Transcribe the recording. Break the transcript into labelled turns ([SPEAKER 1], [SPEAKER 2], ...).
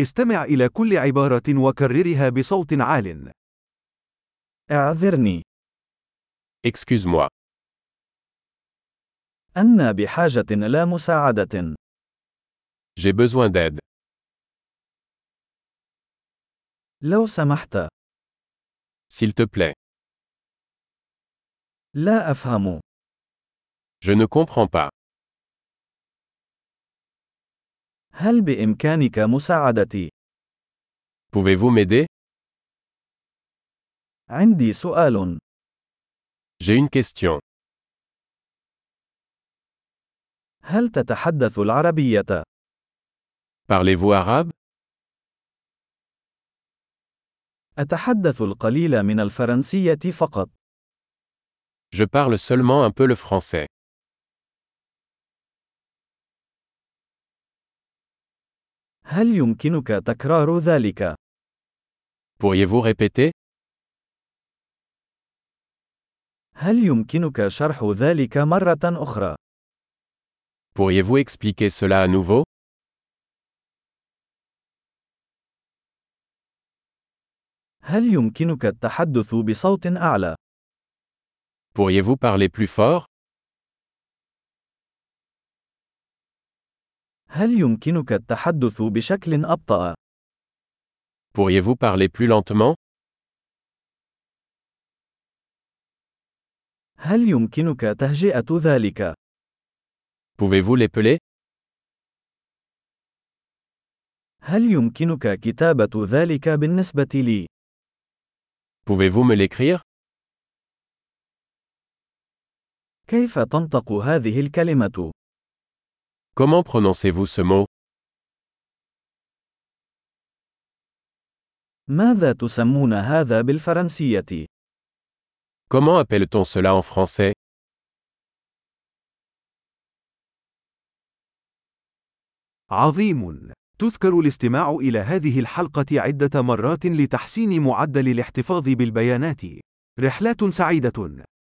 [SPEAKER 1] استمع إلى كل عبارة وكررها بصوت عال.
[SPEAKER 2] اعذرني،
[SPEAKER 3] Excuse-moi.
[SPEAKER 2] أنا بحاجة إلى مساعدة.
[SPEAKER 3] J'ai besoin d'aide.
[SPEAKER 2] لو سمحت،
[SPEAKER 3] S'il te plaît.
[SPEAKER 2] لا أفهم.
[SPEAKER 3] Je ne comprends pas.
[SPEAKER 2] هل بإمكانك مساعدتي؟
[SPEAKER 3] Pouvez-vous m'aider
[SPEAKER 2] عندي سؤال.
[SPEAKER 3] J'ai une question.
[SPEAKER 2] هل تتحدث العربية؟
[SPEAKER 3] Parlez-vous arabe
[SPEAKER 2] أتحدث القليل من الفرنسية فقط.
[SPEAKER 3] Je parle seulement un peu le français.
[SPEAKER 2] هل يمكنك تكرار ذلك؟
[SPEAKER 3] Pourriez-vous répéter
[SPEAKER 2] هل يمكنك شرح ذلك مرة أخرى؟
[SPEAKER 3] Pourriez-vous expliquer cela à nouveau
[SPEAKER 2] هل يمكنك التحدث بصوت أعلى؟
[SPEAKER 3] Pourriez-vous parler plus fort
[SPEAKER 2] هل يمكنك التحدث بشكل أبطأ؟
[SPEAKER 3] Pourriez-vous parler plus lentement
[SPEAKER 2] هل يمكنك تهجئة ذلك؟
[SPEAKER 3] Pouvez-vous l'épeler
[SPEAKER 2] هل يمكنك كتابة ذلك بالنسبة لي؟
[SPEAKER 3] Pouvez-vous me l'écrire
[SPEAKER 2] كيف تنطق هذه الكلمة؟
[SPEAKER 3] Comment prononcez-vous ce mot
[SPEAKER 2] ماذا تسمون هذا بالفرنسية؟
[SPEAKER 3] Comment appelle-t-on cela en français
[SPEAKER 1] عظيم. تذكر الاستماع إلى هذه الحلقة عدة مرات لتحسين معدل الاحتفاظ بالبيانات. رحلات سعيدة.